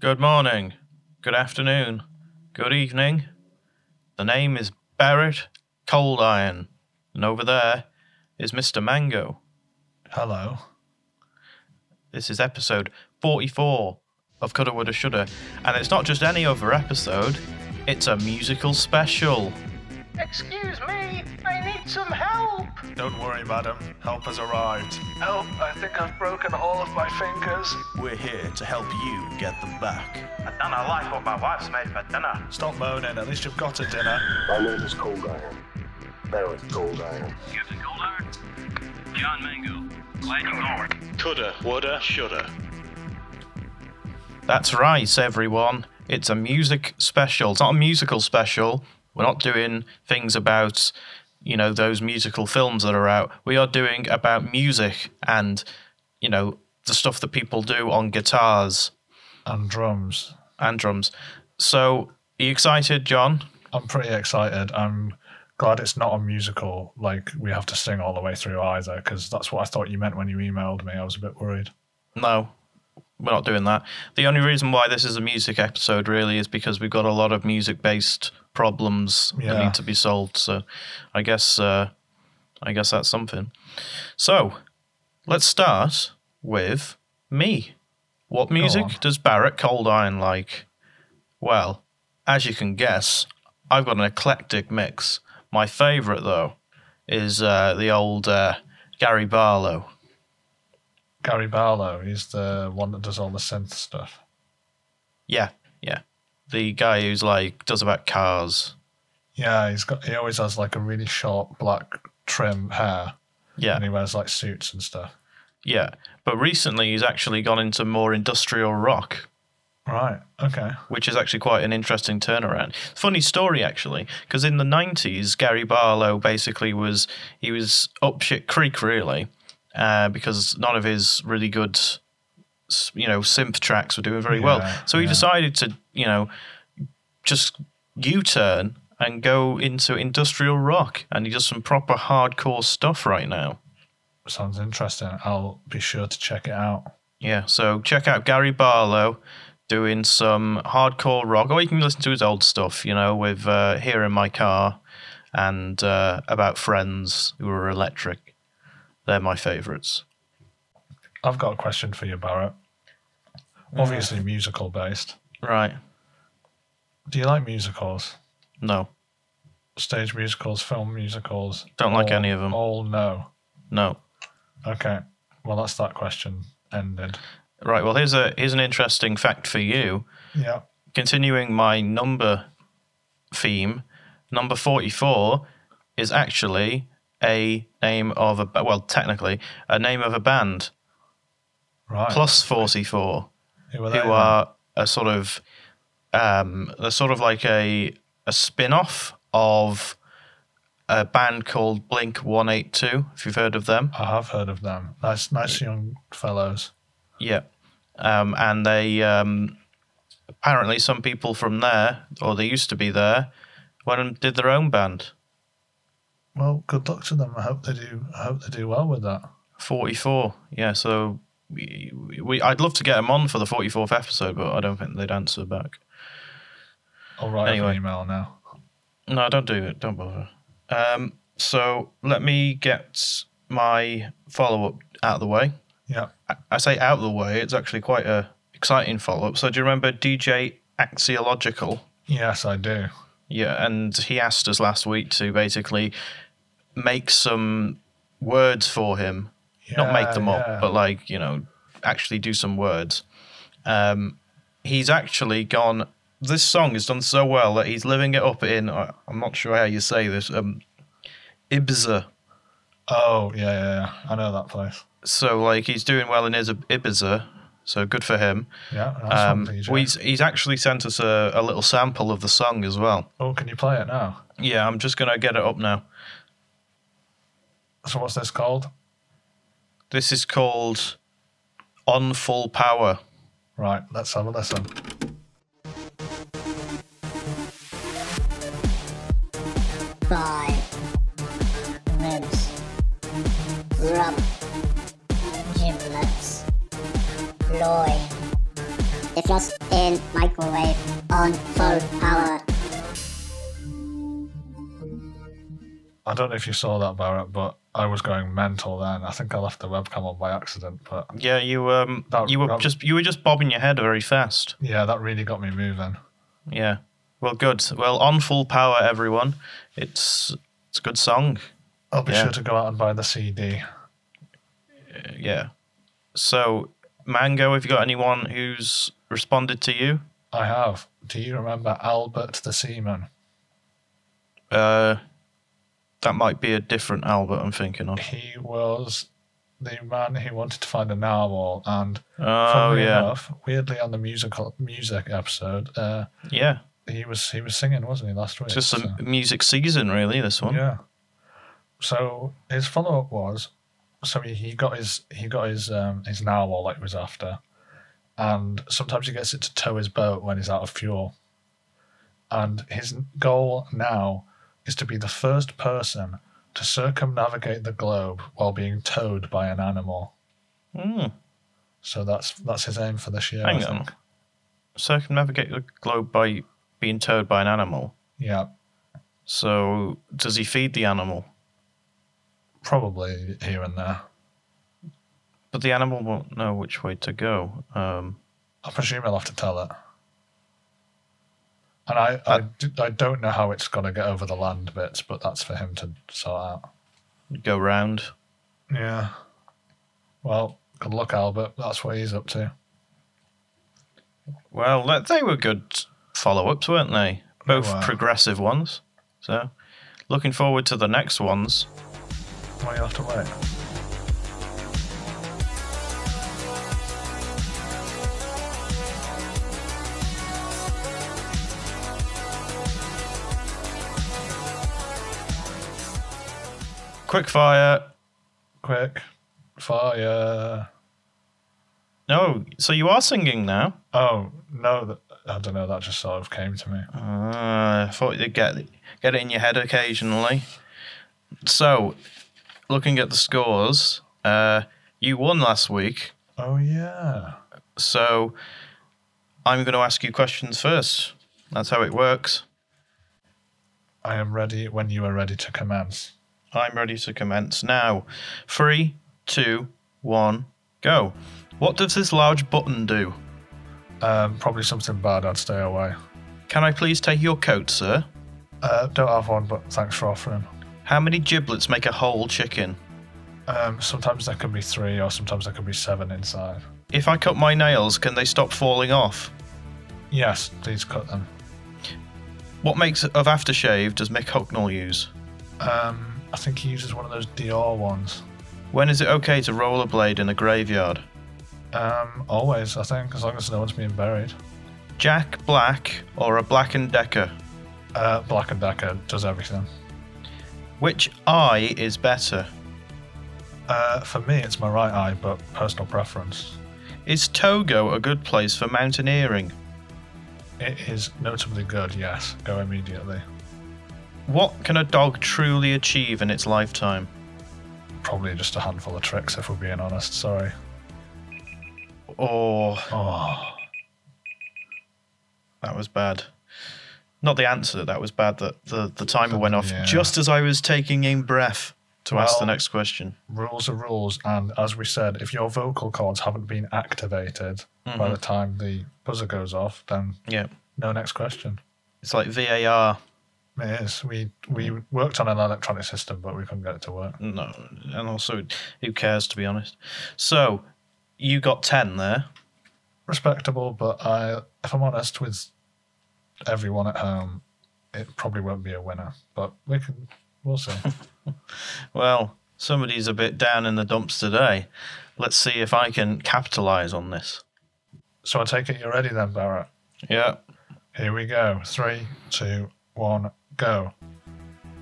Good morning. Good afternoon. Good evening. The name is Barrett Cold Iron, and over there is Mr. Mango. Hello. This is episode 44 of Coulda Woulda Shoulda, and it's not just any other episode, it's a musical special. Excuse me, I need some help. Don't worry, madam. Help has arrived. Help, I think I've broken all of my fingers. We're here to help you get them back. I don't like what my wife's made for dinner. Stop moaning. At least you've got a dinner. My name is Cold Iron. Barrett Cold Iron. Captain Cold Iron? John Mango. Glad you are. Coulda, woulda, shoulda. That's right, everyone. It's a music special. It's not a musical special. We're not doing things about, you know, those musical films that are out. We are doing about music and, you know, the stuff that people do on guitars And drums. and drums. So, are you excited, John? I'm pretty excited. I'm glad it's not a musical like we have to sing all the way through either, because that's what I thought you meant when you emailed me. I was a bit worried. No, we're not doing that. The only reason why this is a music episode really is because we've got a lot of music based problems that Yeah. need to be solved. So I guess uh, I guess that's something. So let's start with me. What music on. does Barrett Cold Iron like? Well, as you can guess, I've got an eclectic mix. My favourite though is uh, the old uh, Gary Barlow. Gary Barlow, he's the one that does all the synth stuff. Yeah, yeah. The guy who's like does about cars. Yeah, he's got he always has like a really short black trim hair and Yeah, he wears like suits and stuff. yeah. But recently he's actually gone into more industrial rock, Right, okay. which is actually quite an interesting turnaround. Funny story actually, because in the '90s Gary Barlow basically was he was up shit creek really, uh, because none of his really good, s- you know, synth tracks were doing very well. Yeah, So he yeah. decided to you know just U-turn and go into industrial rock, and he does some proper hardcore stuff right now. Sounds interesting. I'll be sure to check it out. Yeah, so check out Gary Barlow doing some hardcore rock, or you can listen to his old stuff, you know, with uh, Here in My Car and uh, About Friends Who Are Electric. They're my favourites. I've got a question for you, Barrett. Obviously musical based. Right. Do you like musicals? No, Stage musicals, film musicals? Don't like All- any of 'em. All no. no. Okay. Well, that's that question ended. Right, well, here's, a, here's an interesting fact for you. Yeah. Continuing my number theme, number 44 is actually a name of a, ba- well, technically, a name of a band, Right. plus 44. who are they? who are a sort of um they're sort of like a a spin-off of a band called Blink 182 if you've heard of them I have heard of them. Nice, nice young fellows. yeah um and they um apparently some people from there or they used to be there went and did their own band Well, good luck to them. I hope they do. I hope they do well with that. 44 yeah so we, we I'd love to get them on for the 44th episode but I don't think they'd answer back I'll write them Anyway. an email now. No, don't do it. Don't bother. Um, so let me get my follow up out of the way. Yeah. I- I say out of the way. It's actually quite a exciting follow up. So do you remember DJ Axiological? Yes, I do. Yeah, and he asked us last week to basically make some words for him not make Yeah, them yeah. up, but like you know, actually do some words. Um, he's actually gone. This song has done so well that he's living it up in. I- I'm not sure how you say this. Um, Ibiza. Oh yeah, yeah, yeah. I know that place. So like he's doing well in his Ibiza. So good for him. Yeah. Nice Um, one, PJ. well, he's he's actually sent us a, a little sample of the song as well. Oh, can you play it now? Yeah, I'm just gonna get it up now. So what's this called? This is called On Full Power. Right. Let's have a listen. Five ribs, rump, giblets, loin. If lost in microwave on full power. I don't know if you saw that, Barrett, but I was going mental then. I think I left the webcam on by accident, but Yeah, you um, That- you were that- just you were just bobbing your head very fast. yeah, that really got me moving. Yeah. Well, good. Well, on full power, everyone. It's it's a good song. I'll Oh, be Yeah. sure to go out and buy the CD. Uh, Yeah. So, Mango, have you got anyone who's responded to you? I have. Do you remember Albert the Seaman? Uh, that might be a different Albert I'm thinking of. He was the man who wanted to find a narwhal, and Oh funnily yeah, enough, weirdly on the musical music episode, uh, yeah. he was he was singing, wasn't he, last week? It's just So- a music season, really. This one. uh, Yeah. So his follow up was, so he, he got his he got his um his narwhal like he was after, and sometimes he gets it to tow his boat when he's out of fuel. And his goal now is to be the first person to circumnavigate the globe while being towed by an animal. Hmm. So that's that's his aim for this year. I Hang on. think. Circumnavigate the globe by being towed by an animal. Yeah, So, does he feed the animal? probably here and there. But the animal won't know which way to go. Um, I presume I'll have to tell it. And I, I, d- I don't know how it's going to get over the land bits, but that's for him to sort out. go round. Yeah. Well, good luck, Albert. That's what he's up to. Well, that, they were good follow ups, weren't they? Both were. progressive ones. So, looking forward to the next ones. Well, you'll have to wait. Quickfire. Quick. Fire. No, so you are singing now. Oh, no. That, I don't know. That just sort of came to me. Ah, I thought you'd get, get it in your head occasionally. So, looking at the scores, uh, you won last week. Oh, yeah. So, I'm going to ask you questions first. That's how it works. I am ready when you are ready to commence. I'm ready to commence now. Three, two, one, go. What does this large button do? Um, probably something bad. I'd stay away. Can I please take your coat, sir? Uh, don't have one, but thanks for offering. How many giblets make a whole chicken? Um, sometimes there can be three, or sometimes there can be seven inside. If I cut my nails, can they stop falling off? Yes, please cut them. What makes of aftershave does Mick Hucknall use? Um, I think he uses one of those Dior ones. When is it okay to roll a blade in a graveyard? Um, always, I think, as long as no one's being buried. Jack Black or a Black and Decker? Uh, Black and Decker does everything. Which eye is better? Uh, for me, it's my right eye, but personal preference. Is Togo a good place for mountaineering? It is notably good. Yes, go immediately. What can a dog truly achieve in its lifetime? Probably just a handful of tricks, if we're being honest. Sorry. Oh, Oh, that was bad. Not the answer, that was bad. That the, the timer went off Yeah. just as I was taking in breath to ask the Well- next question. rules are rules, and as we said, if your vocal cords haven't been activated by the time the buzzer goes off, then Yeah. no next question. It's like VAR. It is. We we worked on an electronic system, but we couldn't get it to work. No. And also, who cares, to be honest? So, you got 10 there. Respectable, but I, if I'm honest with everyone at home, it probably won't be a winner. But we can, we'll see. Well, somebody's a bit down in the dumps today. Let's see if I can capitalize on this. so I take it you're ready then, Barrett. Yeah. Here we go. Three, two, one, go.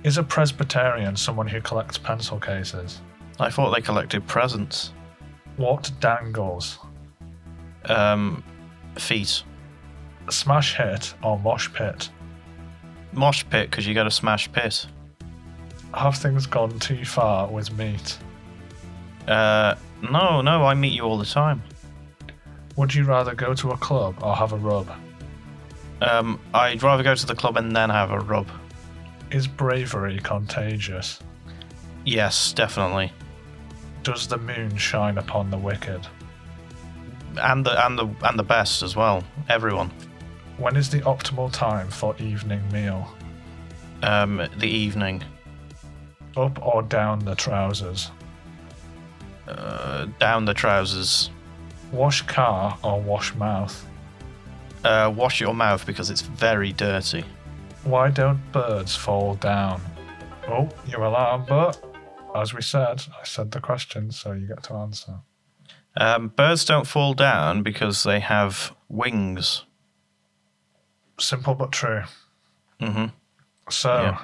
Is a Presbyterian someone who collects pencil cases? I thought they collected presents. What dangles? Um, feet. Smash hit or mosh pit? Mosh pit, because you got to smash pit. Have things gone too far with meat? Uh, no, no, I meet you all the time. Would you rather go to a club or have a rub? Um, I'd rather go to the club and then have a rub. Is bravery contagious? Yes, definitely. Does the moon shine upon the wicked? And the and the and the best as well. Everyone. When is the optimal time for evening meal? Um, the evening. Up or down the trousers? Uh, down the trousers. Wash car or wash mouth? Uh, wash your mouth because it's very dirty. Why don't birds fall down? Oh, your alarm, but as we said, I said the question, so you get to answer. Um, birds don't fall down because they have wings. Simple but true. hmm So, Yeah.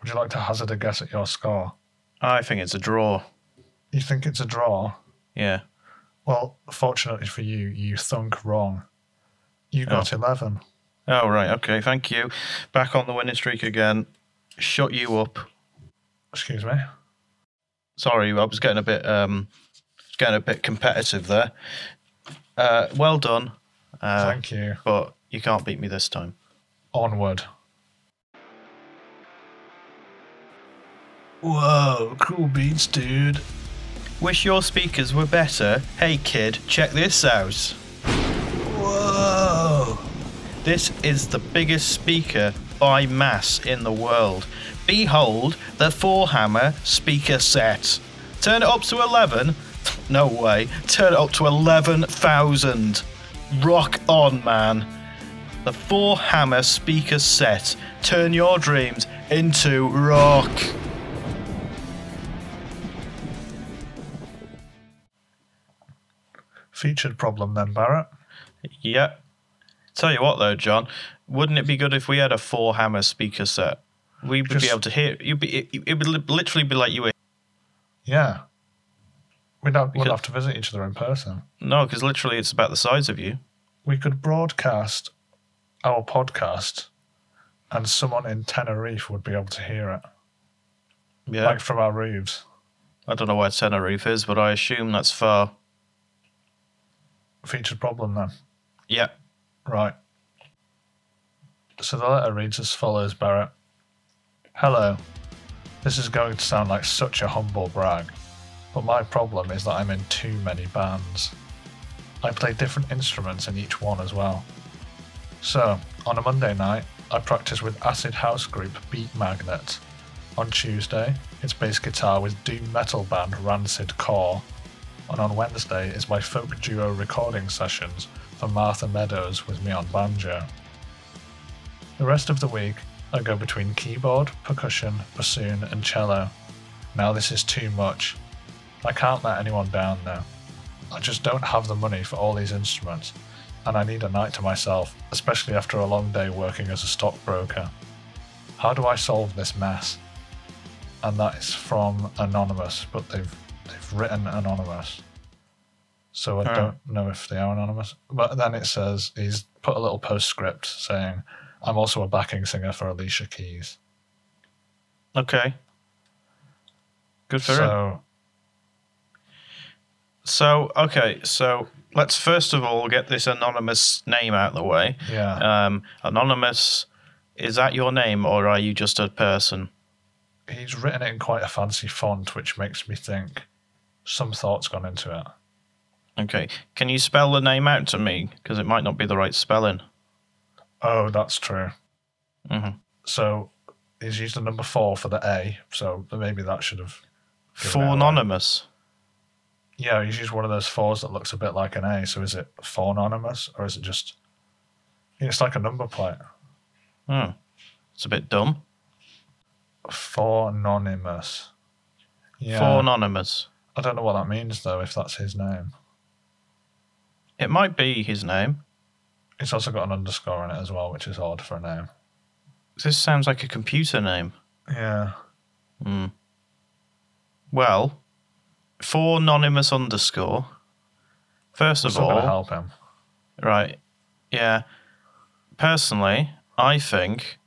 would you like to hazard a guess at your score? I think it's a draw. You think it's a draw? Yeah. Well, fortunately for you, you thunk wrong. You got 11. Oh right. Okay. Thank you. Back on the winning streak again. Shut you up. Excuse me. Sorry, I was getting a bit um, getting a bit competitive there. Uh, well done. Uh, Thank you. But you can't beat me this time. Onward. Whoa, cool beats, dude. Wish your speakers were better. Hey kid, check this out. Whoa. This is the biggest speaker by mass in the world. Behold the four hammer speaker set. Turn it up to 11. No way. Turn it up to 11,000. Rock on, man. The four hammer speaker set. Turn your dreams into rock. Featured problem then, Barrett. Yep. Tell you what though, John, wouldn't it be good if we had a four hammer speaker set? We would be Just- able to hear. You'd be. It, it would li- literally be like you were. Yeah. We'd have, we'd could- have to visit each other in person. No, because literally it's about the size of you. We could broadcast our podcast and someone in Tenerife would be able to hear it, Yeah. like from our roofs. I don't know where Tenerife is, but I assume that's far. Featured problem then. Yeah. Right. So the letter reads as follows, Barrett. Hello. This is going to sound like such a humble brag, but my problem is that I'm in too many bands. I play different instruments in each one as well. So, on a Monday night, I practice with acid house group Beat Magnet. On Tuesday, it's bass guitar with doom metal band Rancid Core and on Wednesday is my folk duo recording sessions for Martha Meadows with me on banjo. The rest of the week, I go between keyboard, percussion, bassoon, and cello. Now this is too much. I can't let anyone down now. I just don't have the money for all these instruments, and I need a night to myself, especially after a long day working as a stockbroker. How do I solve this mess? and that is from anonymous, but they've they've written anonymous, so I Alright. don't know if they are anonymous. But then it says he's put a little postscript saying, "I'm also a backing singer for Alicia Keys." Okay. Good for him. so So, okay. So let's first of all get this anonymous name out of the way. yeah, Um, anonymous, is that your name or are you just a person? he's written it in quite a fancy font, which makes me think some thought's gone into it. Okay. Can you spell the name out to me? Because it might not be the right spelling. Oh, that's true. Mhm. So he's used the number four for the A, so maybe that should have. Give it For out. anonymous. Yeah, he's used one of those fours that looks a bit like an A. So is it four anonymous or is it just? It's like a number plate. Hmm. It's a bit dumb. Four anonymous. Yeah. For anonymous. I don't know what that means though. If that's his name, It might be his name. it's also got an underscore in it as well, which is odd for a name. This sounds like a computer name. Yeah. Well, for anonymous underscore. First of It's not gonna all, help him. right, yeah. Personally, I think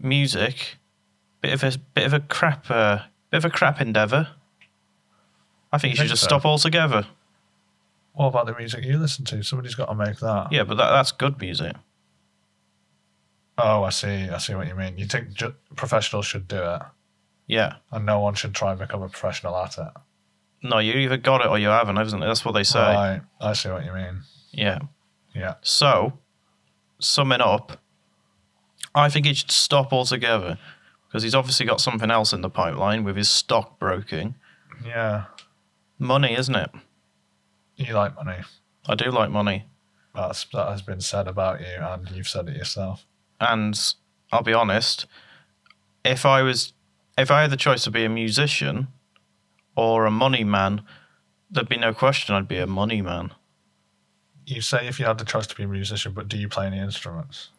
music, bit of a bit of a crap, uh, bit of a crap endeavor. I think you should think just so? stop altogether. What about the music you listen to? Somebody's got to make that. Yeah, but that, that's good music. Oh, I see. I see what you mean. You think ju- professionals should do it, Yeah. and no one should try and become a professional at it. No, you either got it or you haven't, isn't it? That's what they say. Right. I see what you mean. Yeah. Yeah. So, summing up, I think he should stop altogether because he's obviously got something else in the pipeline with his stock broking. Yeah. Money, isn't it? You like money. I do like money. That's that has been said about you, and you've said it yourself. And I'll be honest, if I was if I had the choice to be a musician or a money man, there'd be no question I'd be a money man. You say if you had the choice to be a musician, but do you play any instruments?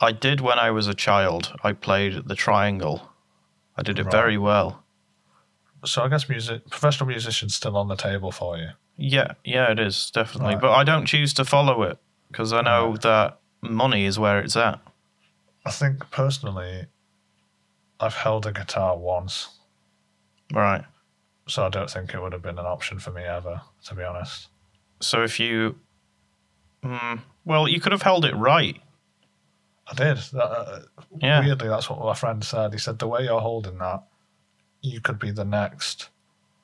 I did when I was a child. I played the triangle. I did it Right. very well. So I guess music, professional musician's still on the table for you. Yeah, yeah, it is definitely. Right. But I don't choose to follow it because I know that money is where it's at. I think personally, I've held a guitar once, Right. so I don't think it would have been an option for me ever, to be honest. So if you, mm, well, you could have held it right. I did. That, uh, Yeah. Weirdly, that's what my friend said. He said, the way you're holding that, you could be the next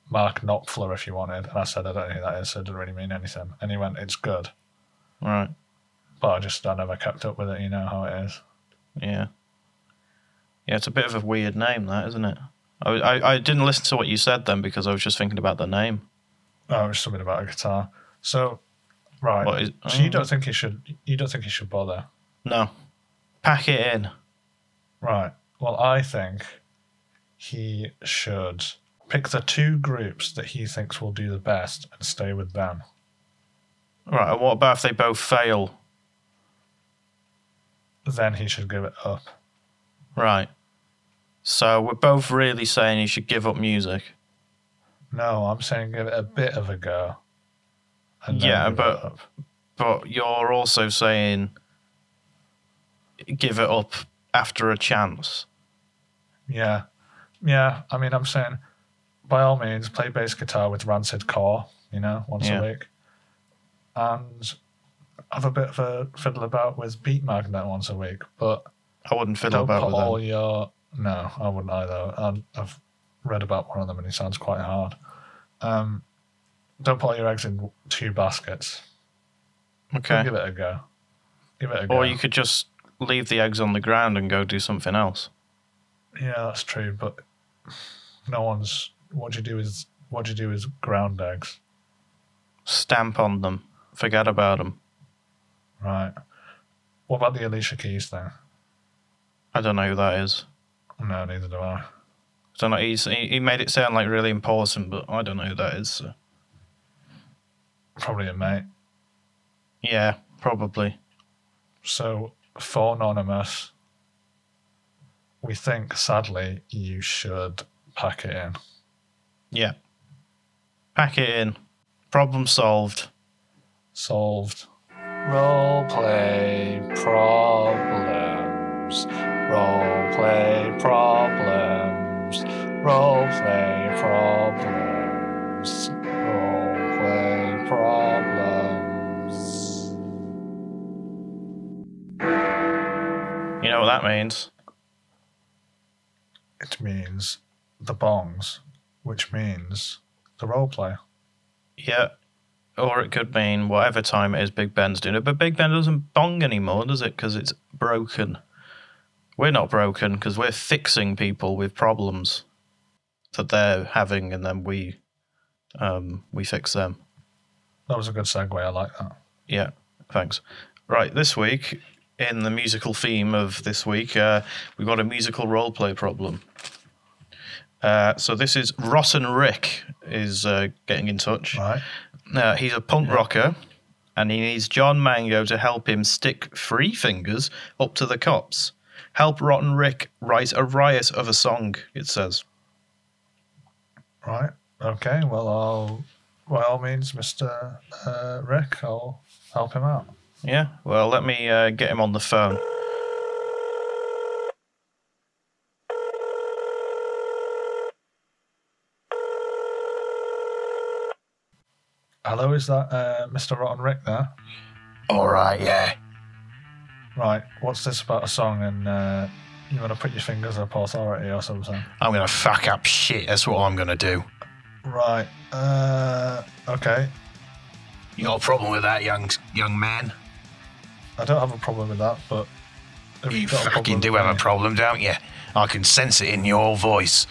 Mark Knopfler if you wanted. And I said, I don't know who that is, so it didn't really mean anything. And he went, it's good. Right. But I just, I never kept up with it. You know how it is. Yeah. Yeah, it's a bit of a weird name, that isn't it? I, I, I didn't listen to what you said then because I was just thinking about the name. Oh, it was something about a guitar. So, right. What is- um, so you don't think he should, you don't think he should bother? No. Pack it in. Right. Well, I think he should pick the two groups that he thinks will do the best and stay with them. Right. And what about if they both fail? Then he should give it up. Right. So we're both really saying you should give up music. No, I'm saying give it a bit of a go. And then Yeah, give it but- up. but you're also saying give it up after a chance. yeah, yeah. I mean, I'm saying by all means play bass guitar with Rancid Core, you know, once Yeah. a week, and have a bit of a fiddle about with Beat Magnet once a week, but I wouldn't fiddle Don't about put with all that. your. No, I wouldn't either. i I've read about one of them and it sounds quite hard. Um, don't put all your eggs in two baskets. Okay. Give it a go. Give it a go. Or you could just leave the eggs on the ground and go do something else. Yeah, that's true. But no one's. What you do is what you do is ground eggs, Stamp on them. Forget about them. right? What about the Alicia Keys thing? I don't know who that is. No, neither do I. I don't know. He's, he, he made it sound like really important, but I don't know who that is. So. Probably a mate. Yeah, probably. So for anonymous, we think sadly you should pack it in. Yeah. Pack it in. Problem solved. solved. Role play problems. Role play problems. Role play problems. Role play problems. You know what that means? It means the bongs, which means the role play. Yeah. Or it could mean whatever time it is Big Ben's doing it. But Big Ben doesn't bong anymore, does it? Because it's broken. We're not broken because we're fixing people with problems that they're having and then we um, we fix them. That was a good segue. I like that. Yeah, thanks. Right, this week, in the musical theme of this week, uh, we've got a musical role play problem. Uh, so this is Rotten Rick is uh, getting in touch. Right. Uh, he's a punk rocker, and he needs John Mango to help him stick three fingers up to the cops. Help Rotten Rick write a riot of a song, it says. Right. Okay. Well, I'll. By all means, Mr. Uh, Rick, I'll help him out. Yeah, well, let me uh, get him on the phone. Hello, is that uh, Mr. Rotten Rick there? Mm-hmm. All right, yeah. Right, what's this about a song and uh, you want to put your fingers up authority or something? I'm gonna fuck up shit. That's what I'm gonna do. Right, uh, okay. You got a problem with that, young young man? I don't have a problem with that, but. have You got a fucking problem do with have a me? problem, don't you? I can sense it in your voice.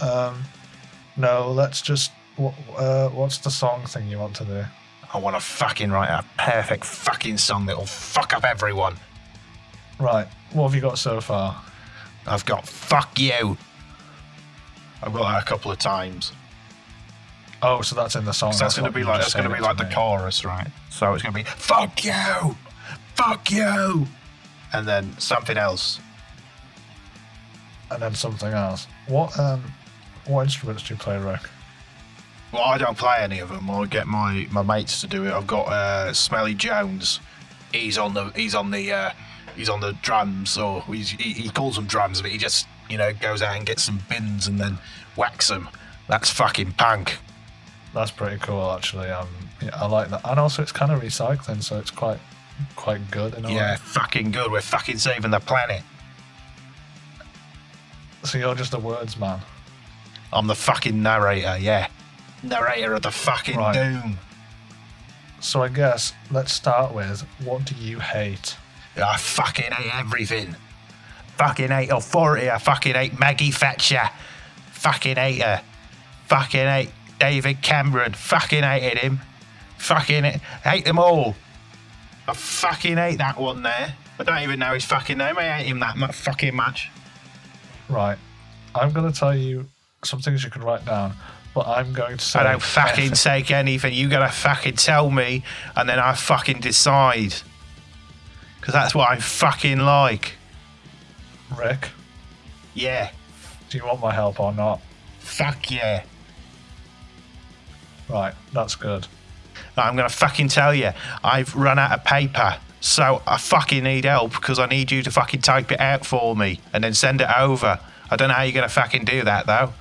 Um, no, let's just. What, uh, what's the song thing you want to do? I want to fucking write a perfect fucking song that'll fuck up everyone. Right, what have you got so far? I've got fuck you. I've got that a couple of times. Oh, so that's in the song. So that's gonna what be you like just that's gonna said be it like to the me. chorus, right? So it's gonna be fuck you, fuck you, and then something else. And then something else. What um, what instruments do you play, Rick? Well, I don't play any of them. I get my, my mates to do it. I've got uh, Smelly Jones. He's on the he's on the uh, he's on the drums, or he's, he, he calls them drums, but he just you know goes out and gets some bins and then whacks them. That's fucking punk. That's pretty cool, actually. Um, yeah, I like that, and also it's kind of recycling, so it's quite quite good. In a way. Yeah, fucking good. We're fucking saving the planet. So you're just a words man. I'm the fucking narrator. Yeah, narrator of the fucking Right. doom. So I guess let's start with what do you hate? I fucking hate everything. Fucking hate authority. I fucking hate Maggie Thatcher. Fucking hate her. Fucking hate David Cameron. Fucking hated him. Fucking hate, hate them all. I fucking hate that one there. I don't even know his fucking name. I hate him that mu- fucking much. Right, I'm gonna tell you some things you can write down, but I'm going to say I don't fucking take anything. You gotta fucking tell me, and then I fucking decide. Because that's what I fucking like. Rick. Yeah. Do you want my help or not? Fuck yeah. Right, that's good. I'm going to fucking tell you, I've run out of paper. So I fucking need help because I need you to fucking type it out for me and then send it over. I don't know how you're going to fucking do that though.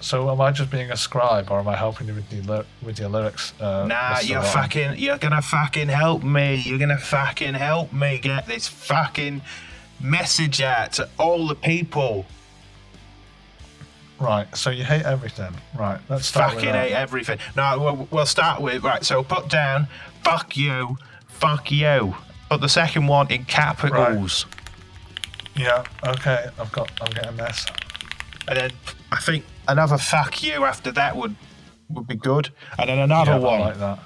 So am I just being a scribe, or am I helping you with the ly- with your lyrics? Uh, Nah, Mr. you're Rotten? fucking, you're going to fucking help me. You're going to fucking help me get this fucking message out to all the people. Right, so you hate everything. Right, let's start fucking with that. hate everything. No, we'll, we'll start with, right, so put down, fuck you, fuck you. Put the second one in capitals. Yeah, okay, I've got, I'm getting this. And then I think another fuck you after that would would be good. And then another Yeah, I one. like that.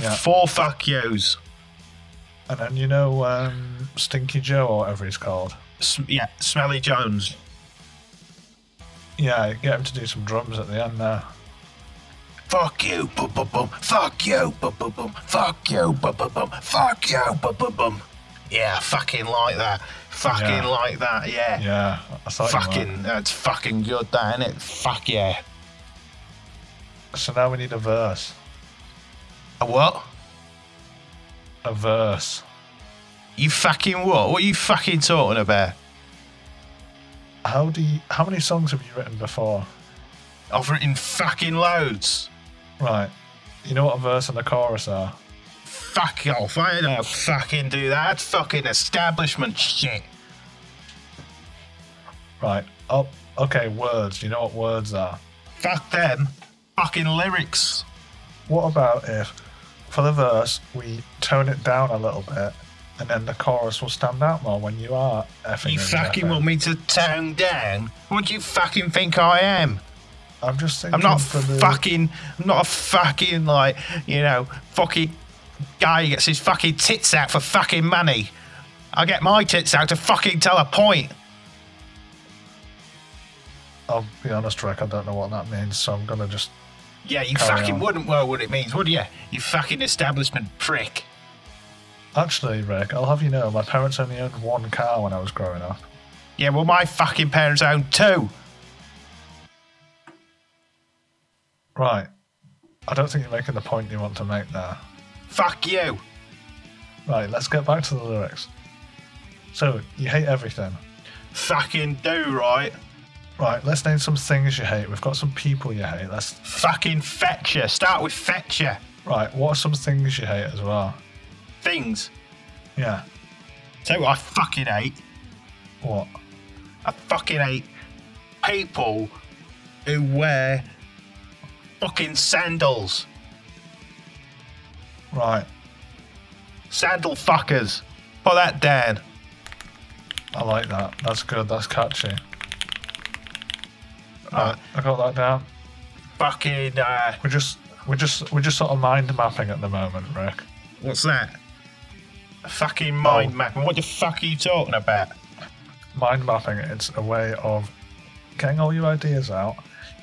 yeah. Four fuck yous. And then you know, um, Stinky Joe or whatever he's called. S- yeah, Smelly Jones. Yeah, get him to do some drums at the end there. Fuck you, boom, boom, boom. Fuck you, boom, boom, boom. Fuck you, boom, boom, boom. Fuck you, boom, boom, boom. Yeah, fucking like that. Fucking Yeah. like that, yeah. Yeah, I thought you might. Fucking, that's fucking good, that, innit? Fuck yeah. So now we need a verse. A what? A verse. You fucking what? What are you fucking talking about? How do you, how many songs have you written before? I've written fucking loads. Right, you know what a verse and a chorus are? Fuck off. I don't fucking do that. That's fucking establishment shit. Right, oh, okay, words. Do you know what words are? Fuck them. Fucking lyrics. What about if, for the verse, we tone it down a little bit, and then the chorus will stand out more when you are effing. You and fucking jeffing? want me to tone down? What do you fucking think I am? I'm just thinking. I'm not for the, fucking. I'm not a fucking like you know fucking guy who gets his fucking tits out for fucking money. I get my tits out to fucking tell a point. I'll be honest, Rick. I don't know what that means, so I'm gonna just. Yeah, you Carry fucking on. wouldn't know what it means, would you? You fucking establishment prick. Actually, Rick, I'll have you know, my parents only owned one car when I was growing up. Yeah, well, my fucking parents own two. Right. I don't think you're making the point you want to make there. Fuck you. Right. Let's get back to the lyrics. So you hate everything. fucking do, right? Right, let's name some things you hate. We've got some people you hate. Let's Fucking fetcher. Start with fetcher. right. What are some things you hate as well? Things. Yeah. Tell you what I fucking hate. What? I fucking hate people who wear fucking sandals. Right. Sandal fuckers. Put that down. I like that. That's good. That's catchy. Right, I got that down. Fucking, uh, We're just we're just we're just sort of mind mapping at the moment, Rick. what's that? Fucking mind Oh. mapping. What the fuck are you talking about? Mind mapping. It's a way of getting all your ideas out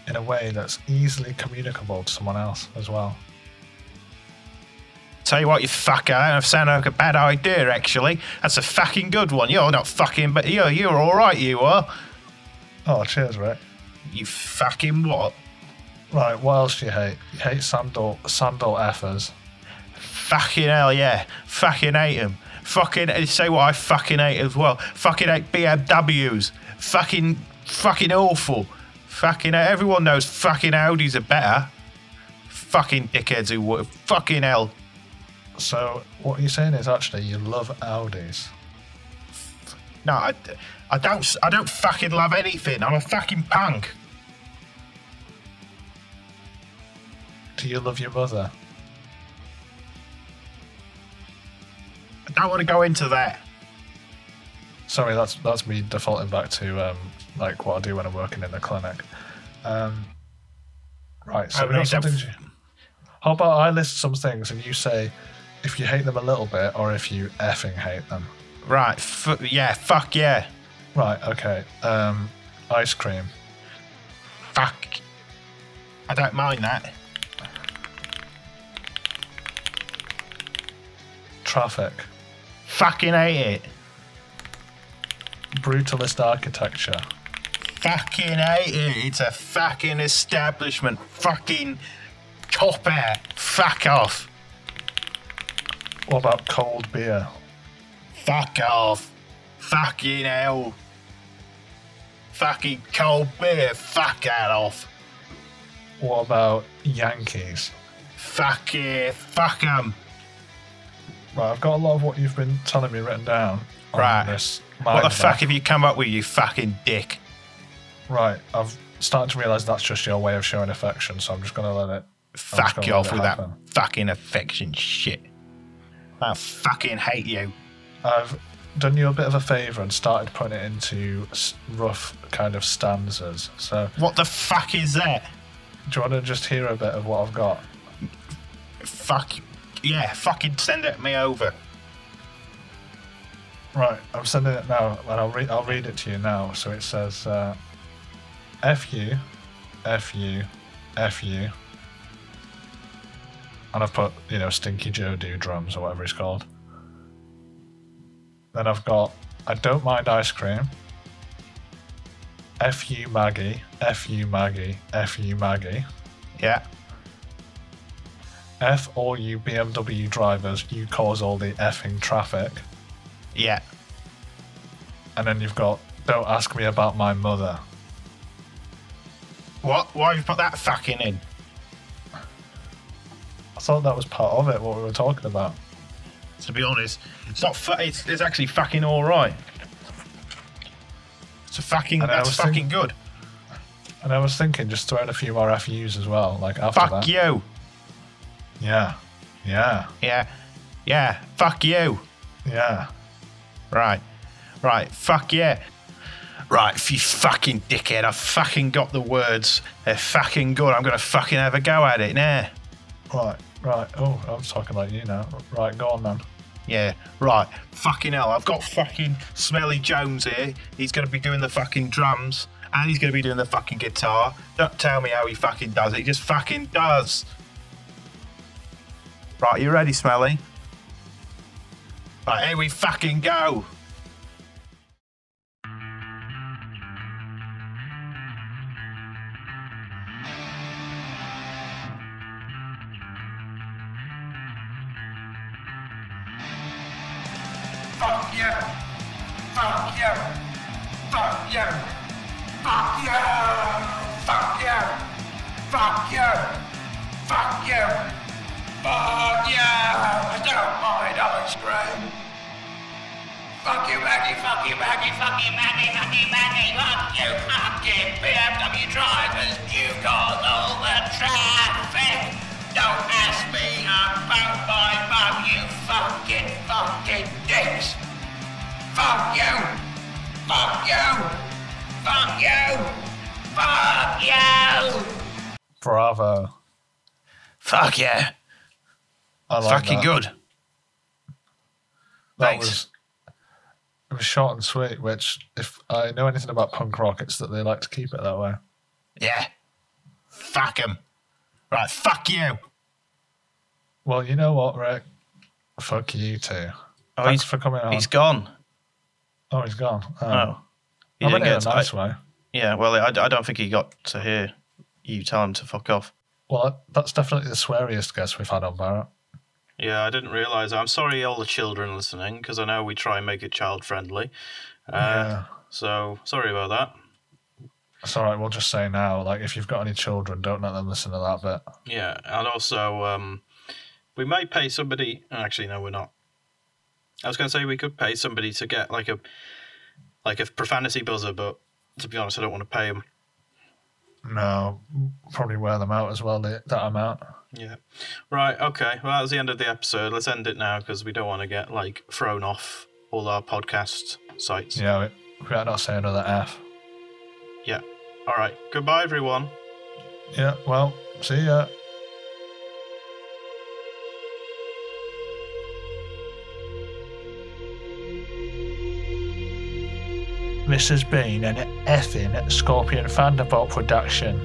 in a way that's easily communicable to someone else as well. Tell you what, you fucker, that sounded like a bad idea, actually. That's a fucking good one. You're not fucking, but you're, you're alright, you are. Oh, cheers, Rick. You fucking what? Right, what else do you hate? You hate sandal sandal effers. Fucking hell, yeah. Fucking hate them. Fucking, say what I fucking hate as well. Fucking hate BMWs. Fucking, fucking awful. Fucking, everyone knows fucking Audis are better. Fucking dickheads who would. Fucking hell. So what you're saying is actually you love Audis. No, I, I don't, I don't fucking love anything. I'm a fucking punk. Do you love your mother? I don't want to go into that. Sorry, that's that's me defaulting back to um, like what I do when I'm working in the clinic. Um, right, so I we got hate some them. things. you- How about I list some things and you say if you hate them a little bit or if you effing hate them. Right, f- yeah, fuck yeah. Right, okay. Um, ice cream. Fuck. I don't mind that. Traffic. Fucking hate it. Brutalist architecture. Fucking hate it. It's a fucking establishment. Fucking cop out. Fuck off. What about cold beer? Fuck off. Fucking hell. Fucking cold beer. Fuck that off. What about Yankees? Fuck yeah. Fuck 'em. Right, I've got a lot of what you've been telling me written down. on Right. This What the mind fuck map. have you come up with, you fucking dick? Right, I've started to realise that's just your way of showing affection, so I'm just going to let it. Fuck gonna you off let it with that happen. fucking affection shit. I fucking hate you. I've done you a bit of a favour and started putting it into s- rough kind of stanzas. So, What the fuck is that? do you want to just hear a bit of what I've got? Fuck. Yeah, fucking send it me over. Right, I'm sending it now, and I'll, re- I'll read it to you now. So it says, uh, F you, F you, F you. And I've put, you know, Stinky Joe Do drums or whatever he's called. Then I've got, I don't mind ice cream. F you, Maggie, F you, Maggie, F you, Maggie. Yeah. F all you BMW drivers, you cause all the effing traffic. Yeah. And then you've got, don't ask me about my mother. What? Why have you put that fucking in? I thought that was part of it, what we were talking about. To be honest, it's not. Fu- it's, it's actually fucking all right. It's a fucking. I know, I That's was fucking thinking- good. And I was thinking just throwing a few more FUs as well, like after Fuck that. you. Yeah. Yeah. Yeah. Yeah. Fuck you. Yeah. Right. Right. Fuck yeah. Right, if you fucking dickhead, I've fucking got the words. They're fucking good. I'm gonna fucking have a go at it now. Right, right. Oh, I'm talking like you now. Right, go on then. Yeah, right. Fucking hell, I've got fucking Smelly Jones here. He's going to be doing the fucking drums and he's going to be doing the fucking guitar. Don't tell me how he fucking does it. He just fucking does. Right, you ready, Smelly? Right, here we fucking go. Fuck you! Fuck you! Fuck you! Fuck you! Fuck you! Fuck you! Fuck you! Fuck you! I don't mind ice cream. Fuck you, Maggie! Fuck you, Maggie! Fuck you, Maggie! Fuck you, Maggie! Fuck you! Fuck you! BMW drivers, you cause all the traffic. Don't ask me about my mum, you fucking fucking dicks. Fuck you! Fuck you! Fuck you! Fuck you! Bravo. Fuck yeah. I like Fucking that. good. That Thanks. was it was short and sweet. Which, if I know anything about punk rock, it's that they like to keep it that way. Yeah. Fuck him. Right, fuck you. Well, you know what, Rick? Fuck you too. Oh, Thanks he's, for coming on. he's gone. oh, he's gone. Oh, Oh. He I meant didn't it in get a to, nice I- way. Yeah, well, I, I don't think he got to hear you tell him to fuck off. Well, that's definitely the sweariest guest we've had on Barrett. Yeah, I didn't realise. I'm sorry, all the children listening, because I know we try and make it child friendly. Uh, Yeah. So, sorry about that. It's all right. We'll just say now, like, if you've got any children, don't let them listen to that bit. Yeah, and also, um, we may pay somebody. Actually, no, we're not. I was going to say we could pay somebody to get like a like a profanity buzzer, but to be honest, I don't want to pay them. No, probably wear them out as well. the- That amount. Yeah. Right. Okay. Well, that was the end of the episode. Let's end it now because we don't want to get like thrown off all our podcast sites. Yeah, we, we better not say another F. yeah. All right. Goodbye, everyone. Yeah. Well, see ya. This has been an effing Scorpion Thunderbolt production.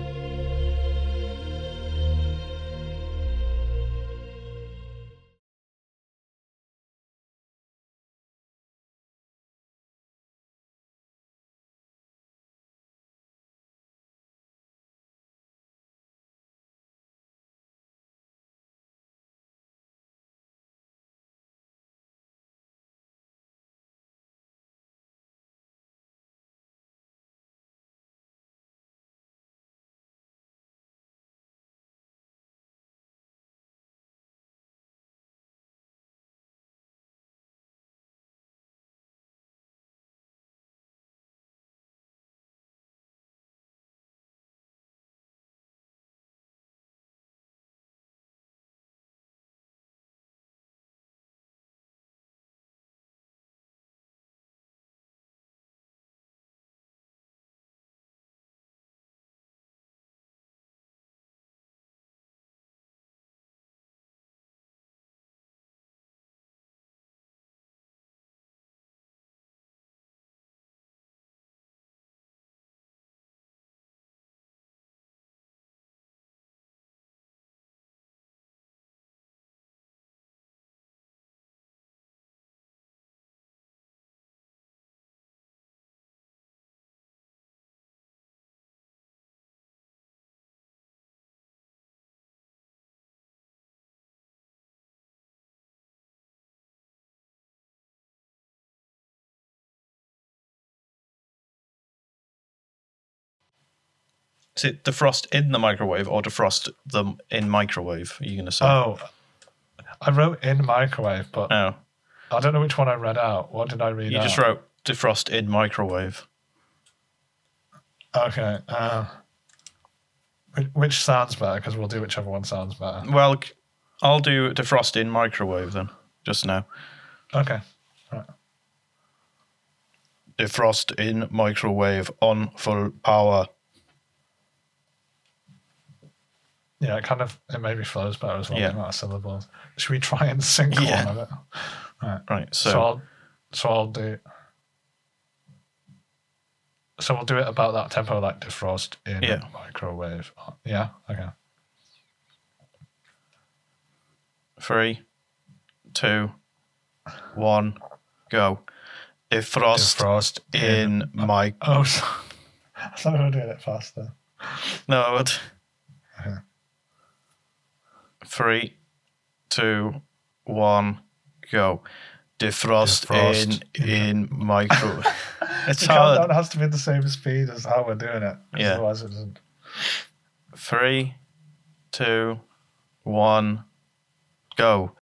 Is it defrost in the microwave or defrost them in microwave? Are you going to say? Oh, I wrote in microwave, but no. I don't know which one I read out. What did I read Oh, You out? just wrote defrost in microwave. Okay. Uh, whi- which sounds better? Because we'll do whichever one sounds better. Well, c- I'll do defrost in microwave then, just now. Okay. Defrost in microwave on full power. Yeah, it kind of it maybe flows better as well. Yeah. The amount of syllables. Should we try and sync Yeah. one of it? Right, So, so, I'll so I'll do. So we'll do it about that tempo, like defrost in Yeah. microwave. Yeah. Okay. three, two, one, go. Defrost, Defrost in mic. Oh, so, I thought we were doing it faster. No, it. Three, two, one, go. Defrost, Defrost in in micro. It's The hard. countdown has to be the same speed as how we're doing it. 'cause Yeah. Otherwise, it doesn't. Three, two, one, go.